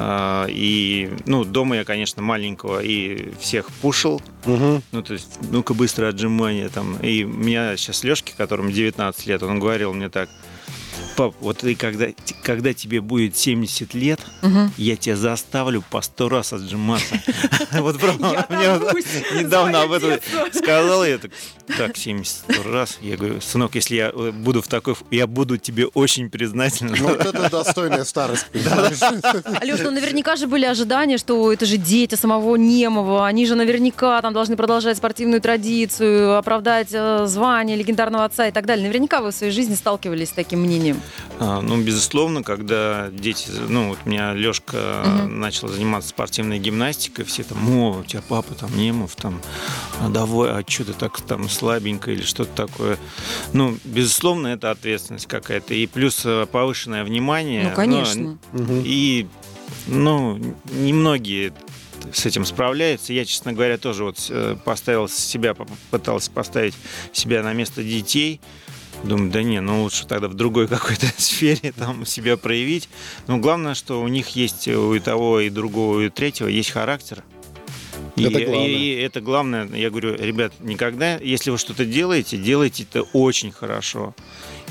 H: Э, И, ну, дома я, конечно, маленького и всех пушил, ну, то есть, ну-ка быстро отжимания там. И у меня сейчас Лешки, которому 19 лет, он говорил мне так, пап, вот ты когда, т- когда тебе будет 70 лет, я тебя заставлю по 100 раз отжиматься. Вот правда,
E: Я
H: мне вот
E: томлюсь
H: недавно
E: за
H: об этом
E: детство.
H: сказал, и я так, так, 70 раз. Я говорю, сынок, если я э, буду в такой, ф- я буду тебе очень признателен.
C: Ну, вот это достойная старость. понимаешь?
E: Алеш, ну наверняка же были ожидания, что это же дети самого Немова. Они же наверняка там должны продолжать спортивную традицию, оправдать э, звание легендарного отца и так далее. Наверняка вы в своей жизни сталкивались с таким мнением.
H: А, Ну, безусловно, когда дети... Ну, вот у меня Лешка
E: Мгм.
H: начал заниматься спортивной гимнастикой, все там, о, у тебя папа там Немов, там, а давай, а что ты так там слабенько или что-то такое. Ну, безусловно, это ответственность какая-то. И плюс э, повышенное внимание.
E: Ну,
H: Но-
E: конечно.
H: и, ну, немногие с этим справляются. Я, честно говоря, тоже вот э, поставил себя, пытался поставить себя на место детей. Думаю, да не, ну лучше тогда в другой какой-то сфере там себя проявить. Но главное, что у них есть э, у и того, и другого, и у третьего есть характер. И,
C: Это главное.
H: и- и это главное, я говорю, ребят, никогда, если вы что-то делаете, делайте это очень хорошо.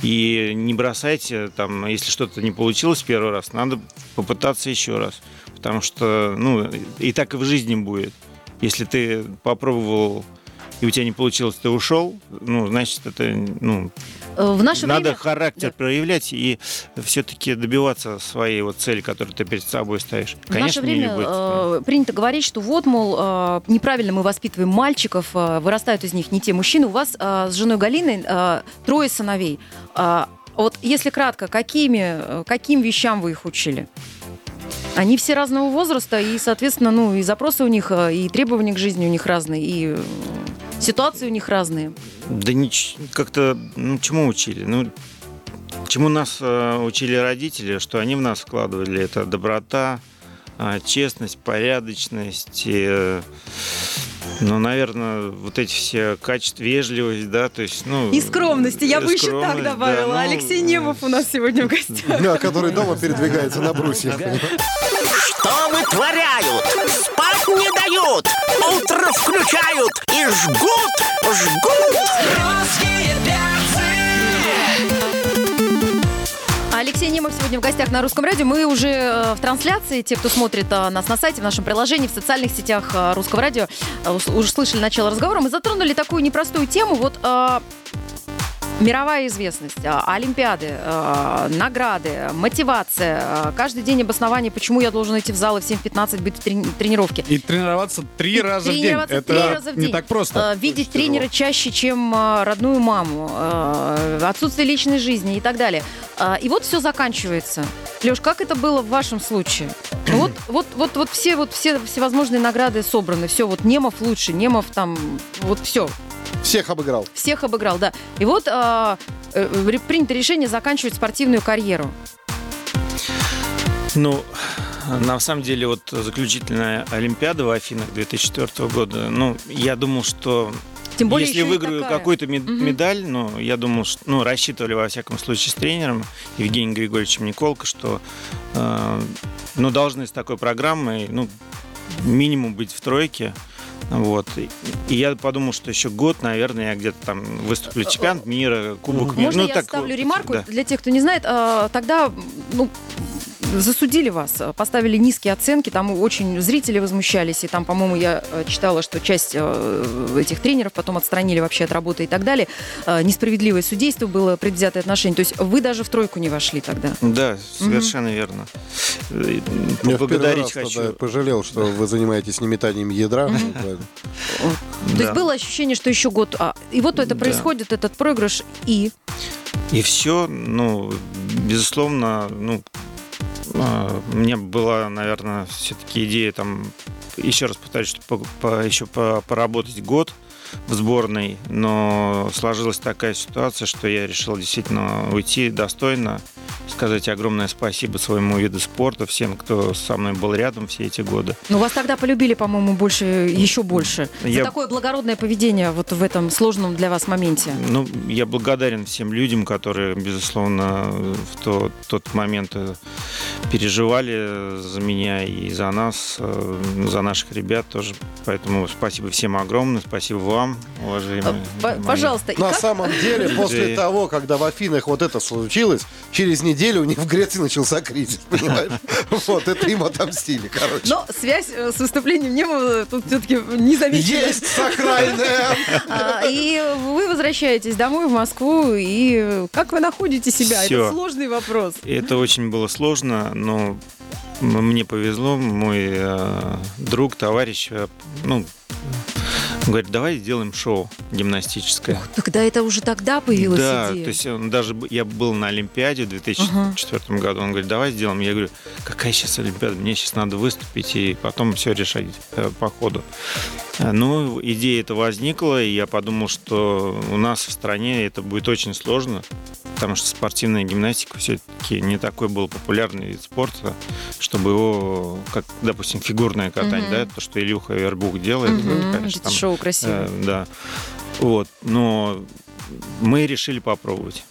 H: И не бросайте, там, если что-то не получилось в первый раз, надо попытаться еще раз. Потому что, ну, и так и в жизни будет. Если ты попробовал и у тебя не получилось, ты ушел, ну, значит, это, ну,
E: Э, В наше
H: надо
E: время...
H: характер
E: Да.
H: проявлять и все-таки добиваться своей вот цели, которую ты перед собой ставишь.
E: В наше
H: Конечно, не
E: время
H: любой ценой.
E: э, принято говорить, что вот, мол, э, неправильно мы воспитываем мальчиков, э, вырастают из них не те мужчины. У вас э, с женой Галиной э, трое сыновей. А, вот если кратко, какими, э, каким вещам вы их учили? Они все разного возраста, и, соответственно, ну, и запросы у них, э, и требования к жизни у них разные, и э, ситуации у них разные.
H: Да нич- как-то, ну, чему учили? Ну, чему нас э, учили родители, что они в нас вкладывали, это доброта, э, честность, порядочность, и, э, ну, наверное, вот эти все качества, вежливость, да, то есть, ну...
E: И скромности, я бы
H: э,
E: еще так
H: скромность, да,
E: добавила.
H: ну,
E: Алексей Немов у нас сегодня в гостях.
C: Да, который дома передвигается на брусьях.
I: Что вытворяют? Спать не дают! Утро включают и жгут, жгут! Русские перцы!
E: Алексей Немов сегодня в гостях на Русском радио. Мы уже э, в трансляции. Те, кто смотрит э, нас на сайте, в нашем приложении, в социальных сетях э, Русского радио, э, ус- уже слышали начало разговора. Мы затронули такую непростую тему. Вот э, мировая известность, э, олимпиады, э, награды, э, мотивация. э, Каждый день обоснование, почему я должен идти в зал и в 7.15 быть в трени- тренировке.
B: И тренироваться три раза в день.
E: тренироваться
B: Это
E: три раза в
B: не
E: день.
B: так просто.
E: Э, Видеть тренера чаще, чем э, родную маму, э, отсутствие личной жизни и так далее. Э, И вот все заканчивается. Леш, как это было в вашем случае? Ну Вот, вот, вот, вот все, вот все всевозможные награды собраны, все, вот Немов лучше, Немов там, вот все,
C: Всех обыграл.
E: всех обыграл, да. И вот э, э, ре- принято решение заканчивать спортивную карьеру.
H: Ну, на самом деле, вот заключительная Олимпиада в Афинах 2004 года, ну, я думал, что
E: Тем более
H: если
E: еще и
H: выиграю
E: такая.
H: какую-то мед-
E: Мгм.
H: медаль, ну, я думал, что, ну, рассчитывали, во всяком случае, с тренером Евгением Григорьевичем Николко, что, э, ну, должны с такой программой, ну, минимум быть в тройке, вот. И- И я подумал, что еще год, наверное, я где-то там выступлю чемпионат мира, кубок мира.
E: Э, Можно
H: ну,
E: я
H: так
E: ставлю
H: вот,
E: ремарку?
H: да.
E: Для тех, кто не знает, э, тогда ну, засудили вас, э, поставили низкие оценки, там очень зрители возмущались, и там, по-моему, я э, читала, что часть э, этих тренеров потом отстранили вообще от работы и так далее. Э, Несправедливое судейство было, предвзятое отношение. То есть вы даже в тройку не вошли тогда.
H: Да, совершенно верно. Э,
C: Я в первый
H: Поблагодарить
C: раз
H: хочу.
C: тогда пожалел, что вы занимаетесь не метанием ядра.
E: То
H: Да.
E: есть было ощущение, что еще год. а, и вот это
H: Да.
E: происходит, этот проигрыш, и
H: И все, ну, безусловно, ну, А, У меня была, наверное, все-таки идея там еще раз повторюсь, что по- по- еще по- поработать год в сборной, но сложилась такая ситуация, что я решил действительно уйти достойно, сказать огромное спасибо своему виду спорта, всем, кто со мной был рядом все эти годы.
E: Ну, вас тогда полюбили, по-моему, больше, еще больше. За
H: Я-
E: такое благородное поведение вот в этом сложном для вас моменте.
H: Ну, я благодарен всем людям, которые, безусловно, в то- тот момент э, переживали за меня и за нас, э, за наших ребят тоже. Поэтому спасибо всем огромное, спасибо вам,
E: А,
H: уважаемые.
E: п-
H: мои.
E: Пожалуйста, и
H: а
C: На
E: как-
C: самом деле, после
H: Идея.
C: того, когда в Афинах вот это случилось, через неделю у них в Греции начался кризис, понимаешь? Вот, это им отомстили, короче.
E: но связь э, с выступлением Нема тут все-таки не замечена.
C: Есть сакральная.
E: А, И вы возвращаетесь домой в Москву, и э, как вы находите себя? Это
H: Всё.
E: сложный вопрос.
H: Это очень было сложно, но м- мне повезло. Мой э, друг, товарищ, э, ну, говорит, давай сделаем шоу гимнастическое.
E: Тогда это уже тогда появилась
H: да,
E: идея.
H: то есть он даже б- я был на Олимпиаде в 2004 году. Он говорит, давай сделаем. Я говорю, какая сейчас Олимпиада? Мне сейчас надо выступить и потом все решать э, по ходу. Э, Ну, идея эта возникла, и я подумал, что у нас в стране это будет очень сложно, потому что спортивная гимнастика все-таки не такой был популярный вид спорта, чтобы его, как, допустим, фигурное катание,
E: Мгм.
H: да, то, что Илюха Вербух делает,
E: Мгм,
H: ну, конечно,
E: это
H: там
E: шоу красивое.
H: Э, да. Вот. Но мы решили попробовать.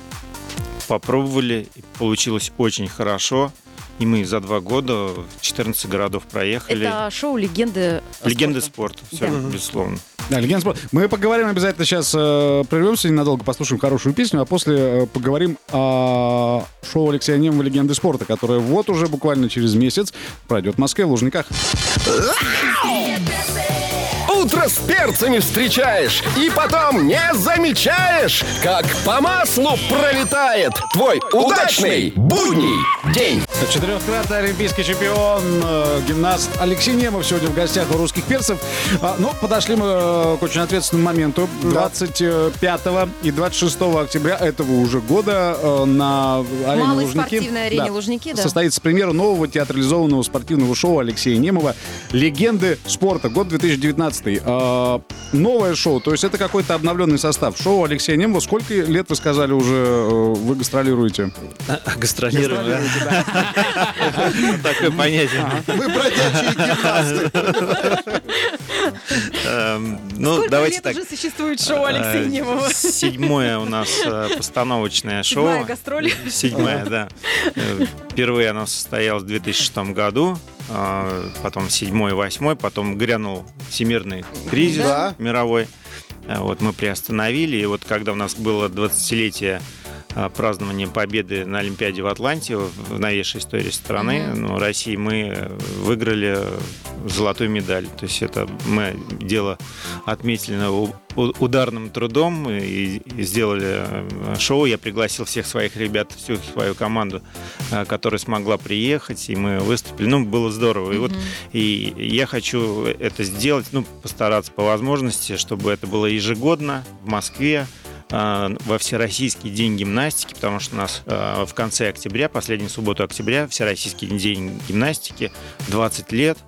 H: Попробовали, и получилось очень хорошо. И мы за два года в 14 городов проехали.
E: Это шоу легенды.
H: Легенды
E: спорта.
H: спорта, все,
E: Да.
H: безусловно.
B: Да, легенда спорта. Мы поговорим обязательно сейчас, э, прервемся ненадолго, послушаем хорошую песню, а после э, поговорим о шоу Алексея Немова «Легенды спорта», которое вот уже буквально через месяц пройдет в Москве, в Лужниках.
A: Утро с перцами встречаешь и потом не замечаешь, как по маслу пролетает твой удачный будний день.
B: Четырехкратный олимпийский чемпион, э, гимнаст Алексей Немов сегодня в гостях у русских перцев. А, Но подошли мы э, к очень ответственному моменту. 25 и 26 октября этого уже года э, на арене
E: Малой
B: Лужники.
E: спортивной арене Лужники, да.
B: Состоится премьера нового театрализованного спортивного шоу Алексея Немова «Легенды спорта», год 2019. Э, Новое шоу, то есть это какой-то обновленный состав. Шоу Алексея Немова. Сколько лет, вы сказали, уже э, вы гастролируете?
H: Гастролируем, да? Такое понятие.
E: А.
C: Мы бродячие гимнасты.
H: Эм, Ну,
E: Сколько
H: давайте
E: лет
H: так.
E: уже существует шоу
H: Э,
E: Алексея Немова?
H: Седьмое у нас э, постановочное шоу.
E: Седьмая гастроль.
H: Седьмая, да. Э, Впервые она состоялась в 2006 году, э, потом седьмой, восьмой, потом грянул всемирный кризис
C: Да.
H: мировой. Э, Вот мы приостановили, и вот когда у нас было 20-летие э, празднования победы на Олимпиаде в Атланте в в новейшей истории страны, ну, России мы э, выиграли золотую медаль. То есть это мы дело отметили на у- у- ударным трудом и и сделали э, шоу. Я пригласил всех своих ребят, всю свою команду, э, которая смогла приехать, и мы выступили. Ну, было здорово. И вот и я хочу это сделать, ну, постараться по возможности, чтобы это было ежегодно в Москве э, во Всероссийский день гимнастики, потому что у нас э, в конце октября, последнюю субботу октября, Всероссийский день гимнастики, 20 лет,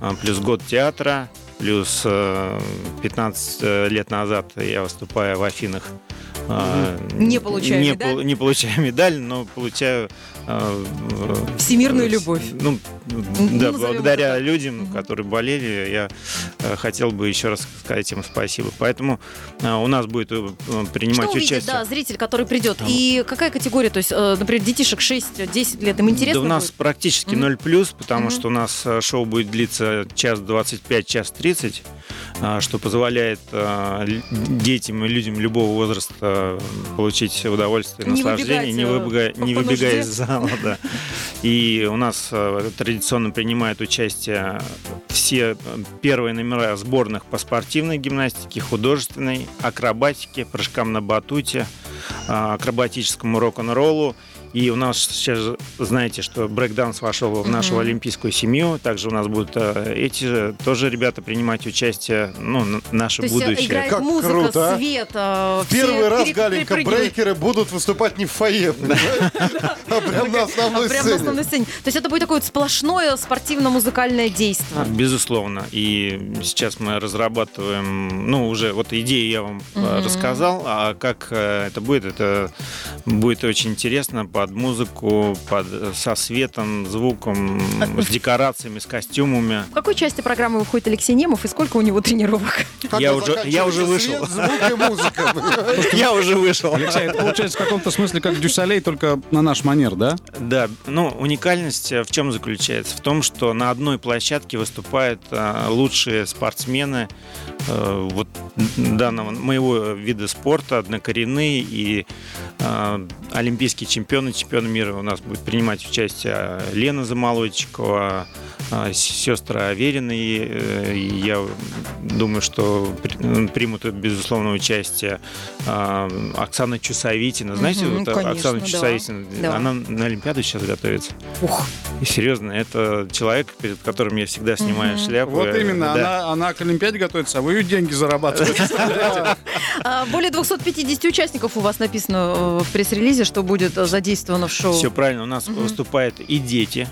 H: а, плюс год театра, плюс э, 15 э, лет назад я выступаю в Афинах. а,
E: Не получаю
H: не,
E: медаль.
H: пол- не получаю медаль, но получаю э, э,
E: Всемирную
H: э,
E: любовь.
H: Ну, да,
E: назовем это
H: благодаря
E: так.
H: людям, которые болели, я э, хотел бы еще раз сказать им спасибо. Поэтому э, у нас будет э, принимать
E: Что увидит,
H: участие.
E: да, зритель, который придет? И какая категория? То есть, э, например, детишек 6-10 лет, им интересно
H: Да у нас
E: будет?
H: практически
E: Мгм.
H: 0 плюс, потому
E: Мгм.
H: что у нас э, шоу будет длиться час 25, час 30, а, что позволяет а, л- детям и людям любого возраста э, получить удовольствие,
E: Не
H: наслаждение, не,
E: выбегать, э,
H: выбега- не
E: по- по
H: выбегая
E: нужде.
H: из зала. Да. И у нас э, традиционно принимают участие все э, первые номера сборных по спортивной гимнастике, художественной, акробатике, прыжкам на батуте, а, акробатическому рок-н-роллу И у нас сейчас, же, знаете, что брейкданс вошел в нашу олимпийскую семью. Также у нас будут э, эти же тоже ребята принимать участие, ну, н- наше
E: То есть э,
H: будущее.
E: играет
C: Как
E: музыка,
C: круто, а?
E: свет. э, все
C: Первый раз,
E: пере-
C: Галенька,
E: перепрыгивают.
C: брейкеры будут выступать не в фойе, понимаешь? а прям на
E: А
C: основной
E: прям на
C: сцене.
E: основной сцене. То есть это будет такое вот сплошное спортивно-музыкальное действие.
H: Безусловно. И сейчас мы разрабатываем, ну, уже вот идею я вам э, рассказал, а как э, это будет, это будет очень интересно под музыку, под, э, со светом, звуком, с декорациями, с костюмами.
E: В какой части программы выходит Алексей Немов и сколько у него тренировок?
H: Я уже- я уже
C: заканчивается
H: вышел.
C: свет, звук и музыка. понимаешь?
H: Я уже вышел.
B: Алексей, это получается в каком-то смысле как Дюсалей, только на наш манер, да?
H: Да, ну уникальность э, в чем заключается? В том, что на одной площадке выступают э, лучшие спортсмены э, вот н- данного моего вида спорта, однокоренные и э, олимпийские чемпионы, чемпионы мира у нас будет принимать участие э, Лена Замолодчикова, э, сестры Аверина, и э, я думаю, что при- примут, безусловно, участие э, Оксана Чусовитина. Знаете,
E: Мгм,
H: вот э,
E: конечно,
H: Оксана
E: да.
H: Чусовитина,
E: Да.
H: она на Олимпиаду сейчас готовится.
E: Ух,
H: И серьезно, это человек, перед которым я всегда снимаю шляпу.
B: Вот именно,
H: Э, Да.
B: она, она к Олимпиаде готовится, а вы ее деньги зарабатываете.
E: А, Более 250 участников у вас написано э, в пресс-релизе, что будет э, задействовано в шоу.
H: Все правильно, у нас выступают и дети.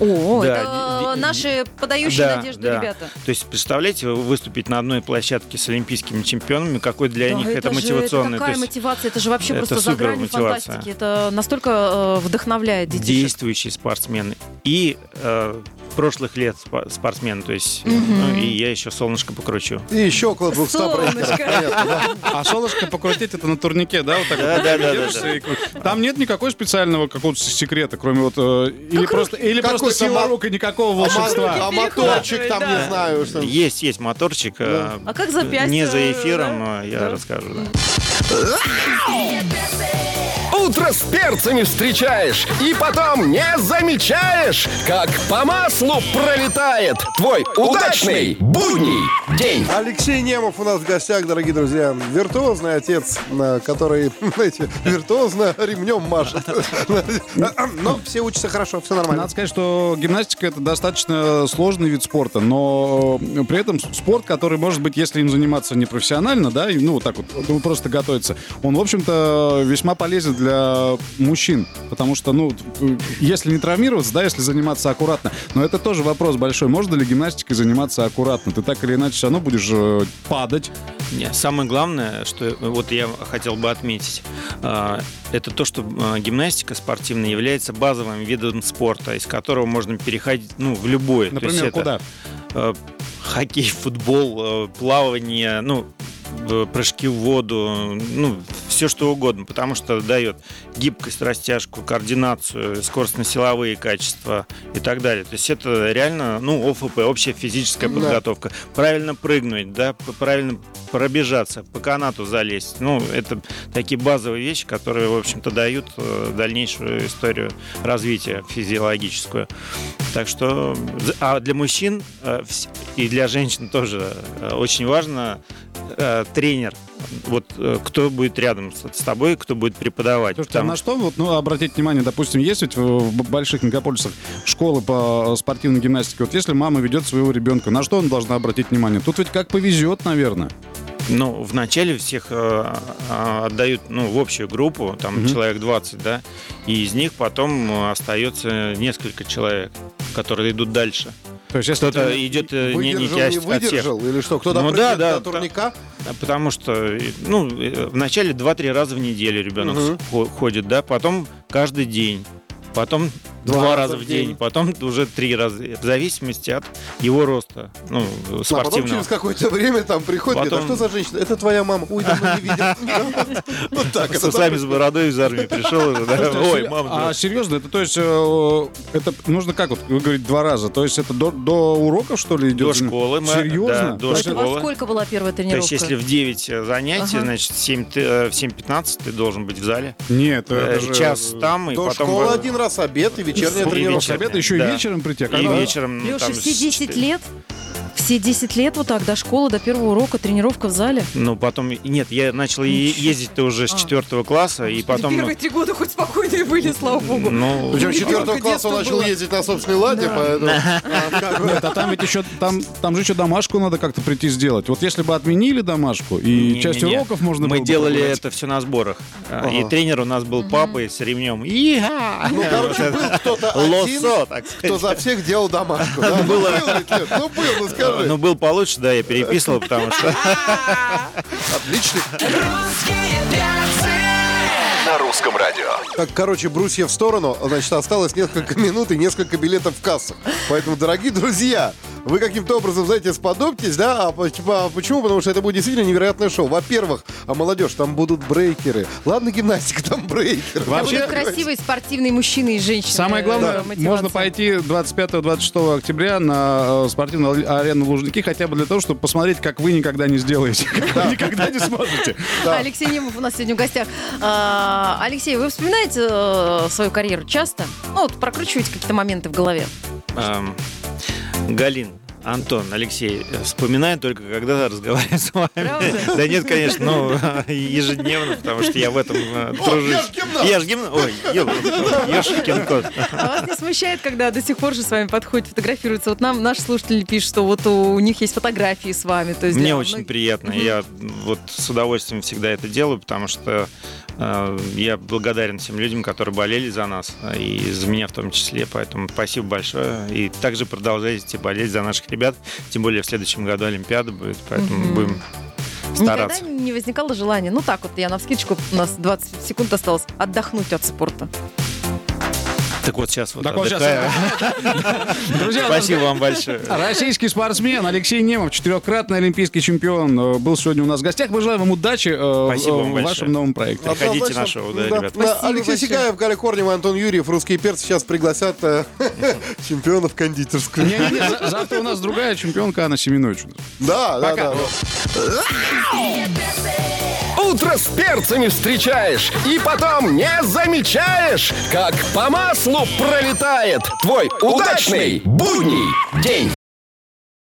E: О,
H: Да,
E: это э,
H: ди- ди-
E: наши подающие
H: Да,
E: надежды
H: да.
E: ребята.
H: То есть, представляете, вы выступить на одной площадке с олимпийскими чемпионами, какой для
E: Да,
H: них это,
E: же-
H: мотивационный.
E: это
H: То
E: какая
H: есть
E: мотивация? Это же вообще
H: это
E: просто за
H: супер
E: гранью
H: мотивация.
E: фантастики. Это настолько э, вдохновляет детей.
H: действующие спортсмены и э, прошлых лет спа- спортсмены. То есть, ну, и я еще солнышко покручу.
C: И еще около 200 брейкеров. Понятно, да?
B: А солнышко покрутить это на турнике, да? Вот так вот держишься и крутишь. Там нет никакого специального какого-то секрета, кроме вот... э, Или просто, или
C: Как
B: просто
C: руки
B: сила
C: мо-
B: рук и никакого волшебства.
C: А моторчик там, не знаю, что
H: Есть, есть моторчик. э,
E: А как запястье,
H: Не
E: э,
H: за эфиром, э, я расскажу. да.
A: Утро с перцами встречаешь и потом не замечаешь, как по маслу пролетает твой удачный будний день.
C: Алексей Немов у нас в гостях, дорогие друзья. Виртуозный отец, э, который, знаете, виртуозно ремнем машет. Но Ну, все учатся хорошо, все нормально.
B: Надо сказать, что гимнастика это достаточно сложный вид спорта, но э, при этом спорт, который, может быть, если им заниматься непрофессионально, да, и, ну, вот так вот, ну, просто готовиться, он, в общем-то, весьма полезен для мужчин, потому что, ну, э, если не травмироваться, да, если заниматься аккуратно, но это тоже вопрос большой, можно ли гимнастикой заниматься аккуратно, ты так или иначе все равно будешь э, падать.
H: Не, Самое главное, что э, вот я хотел бы отметить, э, это то, что э, гимнастика спортивная является базовым видом спорта, из которого можно переходить ну, в любой. То есть
B: Например,
H: это,
B: куда?
H: э, Хоккей, футбол, э, плавание, ну, э, прыжки в воду, ну, все что угодно, потому что дает гибкость, растяжку, координацию, скоростно-силовые качества и так далее. То есть это реально, ну, ОФП, общая физическая подготовка. Правильно прыгнуть, да, п- правильно пробежаться, по канату залезть. Ну, это такие базовые вещи, которые, в общем-то, дают э, дальнейшую историю развития физиологическую. Так что, з- а для мужчин э, вс- и для женщин тоже э, очень важно э, тренер. Вот э, кто будет рядом с с тобой, кто будет преподавать.
B: Слушайте, а
H: Потому
B: на что вот, ну, обратить внимание, допустим, есть ведь в, в больших мегаполисах школы по э, спортивной гимнастике. Вот если мама ведет своего ребенка, на что он должна обратить внимание? Тут ведь как повезет, наверное.
H: Ну, вначале всех э, а, отдают ну, в общую группу, там
B: Мгм.
H: человек 20, да, и из них потом э, остается несколько человек, которые идут дальше.
B: То есть если
H: Кто-то
B: ты-
H: идет э, не, не
C: Выдержал,
H: тясть
C: не
H: от всех.
C: выдержал, или что? Кто-то
H: Ну
C: прыгнет
H: да,
C: до
H: да,
C: турника?
H: А Потому что, э, ну, э, вначале 2-3 раза в неделю ребенок с- хо- ходит, да, потом каждый день, потом
C: Два
H: два,
C: раза
H: раза
C: в
H: в день,
C: день.
H: потом уже три раза, в зависимости от его роста, ну,
C: А потом
H: спортивного.
C: через какое-то время там приходит, говорит, а что
H: Потом-
C: за женщина? Это твоя мама. Ой, давно не видел. Вот так.
H: С усами, с бородой из армии пришел уже, да.
B: Слушайте, а
H: Ой,
B: сер-
H: мам, ну.
B: А серьезно, это то есть э, это нужно как вот вы говорите два раза? То есть это до, до уроков что ли идет?
H: До школы мы-
B: Серьезно?
H: да, до
B: То есть
E: Это во
H: школа.
E: сколько была первая
H: То
E: тренировка?
H: есть, если в 9 занятий,
E: Ага.
H: значит, в 7 ты- э, в 7.15 ты должен быть в зале.
B: Нет, это
H: Э,
B: же
H: Час там, и
C: До
H: потом...
C: школы
H: э,
C: один раз обед и вечерняя
H: и
C: тренировка.
H: вечерняя,
B: обед, еще и
H: да.
B: вечером прийти. а
H: И
B: когда-
H: вечером... ну,
E: Леша,
H: там
E: все
H: с
E: 10
H: четы-
E: лет? Все 10 лет вот так, до школы, до первого урока, тренировка в зале.
H: Но Ну, потом, нет, я начал е- ездить-то уже с четвертого класса, и потом...
E: А. Первые три года хоть спокойные были, слава богу.
H: Ну,
C: Причем с четвертого
E: Ребенка
C: класса он
E: детства
C: начал
E: было.
C: ездить на собственной ладе, поэтому...
B: Нет, а там ведь еще, там, там же еще домашку надо как-то прийти сделать. Вот если бы отменили домашку, и
H: не-не-не.
B: часть уроков можно
H: Мы
B: было бы
H: делали
B: прогулять.
H: это все на сборах. А, И тренер у нас был папой с ремнем. Ига!
C: Ну, короче, был кто-то один,
H: Лосо, так
C: кто
H: сказать.
C: за всех делал домашку. да? Ну, был, Этлер, ну, был, ну, скажи.
H: Ну, был получше, да, я переписывал, потому что...
C: Отлично.
I: Русские перцы!
A: На русском радио.
C: Так, короче, брусья в сторону. Значит, осталось несколько минут и несколько билетов в кассах. Поэтому, дорогие друзья, вы каким-то образом, знаете, сподобьтесь, да? А поч- а почему? Потому что это будет действительно невероятное шоу. Во-первых, а молодежь, там будут брейкеры. Ладно, гимнастика, там брейкеры.
E: Будут красивые спортивные мужчины и женщины.
B: Самое главное,
E: э, мотивация.
B: можно пойти 25-26 октября на э, спортивную арену Лужники хотя бы для того, чтобы посмотреть, как вы никогда не сделаете, как вы никогда не сможете.
E: Алексей Немов у нас сегодня в гостях. А, Алексей, вы вспоминаете э, свою карьеру часто? Ну, вот прокручиваете какие-то моменты в голове.
H: Эм, Галин, Антон, Алексей, э, вспоминаю только, когда разговариваю с вами.
E: Правда?
H: Да нет, конечно, ну, ежедневно, потому что я в этом э, тружусь. Я же гимна... Ой, ешкин кот.
E: А вас не смущает, когда до сих пор же с вами подходят, фотографируются? Вот нам наши слушатели пишут, что вот у них есть фотографии с вами. То есть
H: Мне
E: для
H: очень
E: многих-
H: приятно. Я вот с удовольствием всегда это делаю, потому что э, я благодарен всем людям, которые болели за нас э, и за меня в том числе. Поэтому спасибо большое. И также продолжайте болеть за наших ребят. Тем более в следующем году Олимпиада будет, поэтому
E: Мгм.
H: будем
E: Никогда
H: стараться.
E: не возникало желания. Ну так вот, я на вскидочку, у нас 20 секунд осталось, отдохнуть от спорта.
H: Так вот сейчас вот
B: Так вот щас
H: отдыхаю.
B: Друзья, у нас
H: Спасибо вам большое.
B: Российский спортсмен Алексей Немов, четырехкратный олимпийский чемпион, э, был сегодня у нас в гостях. Мы желаем вам удачи э, в
H: Спасибо вам
B: в
H: большое.
B: вашем новом проекте.
H: Приходите
C: Однозначно.
H: на шоу, да,
C: Да.
H: ребят.
C: Да, Алексей Сигаев, Галя Корнева, Антон Юрьев, русские перцы сейчас пригласят э, чемпионов кондитерскую.
B: Не-не-не, за- завтра у нас другая чемпионка Анна Семенович.
C: Да, да, да.
A: Утро с перцами встречаешь и потом не замечаешь, как по маслу пролетает твой удачный будний день.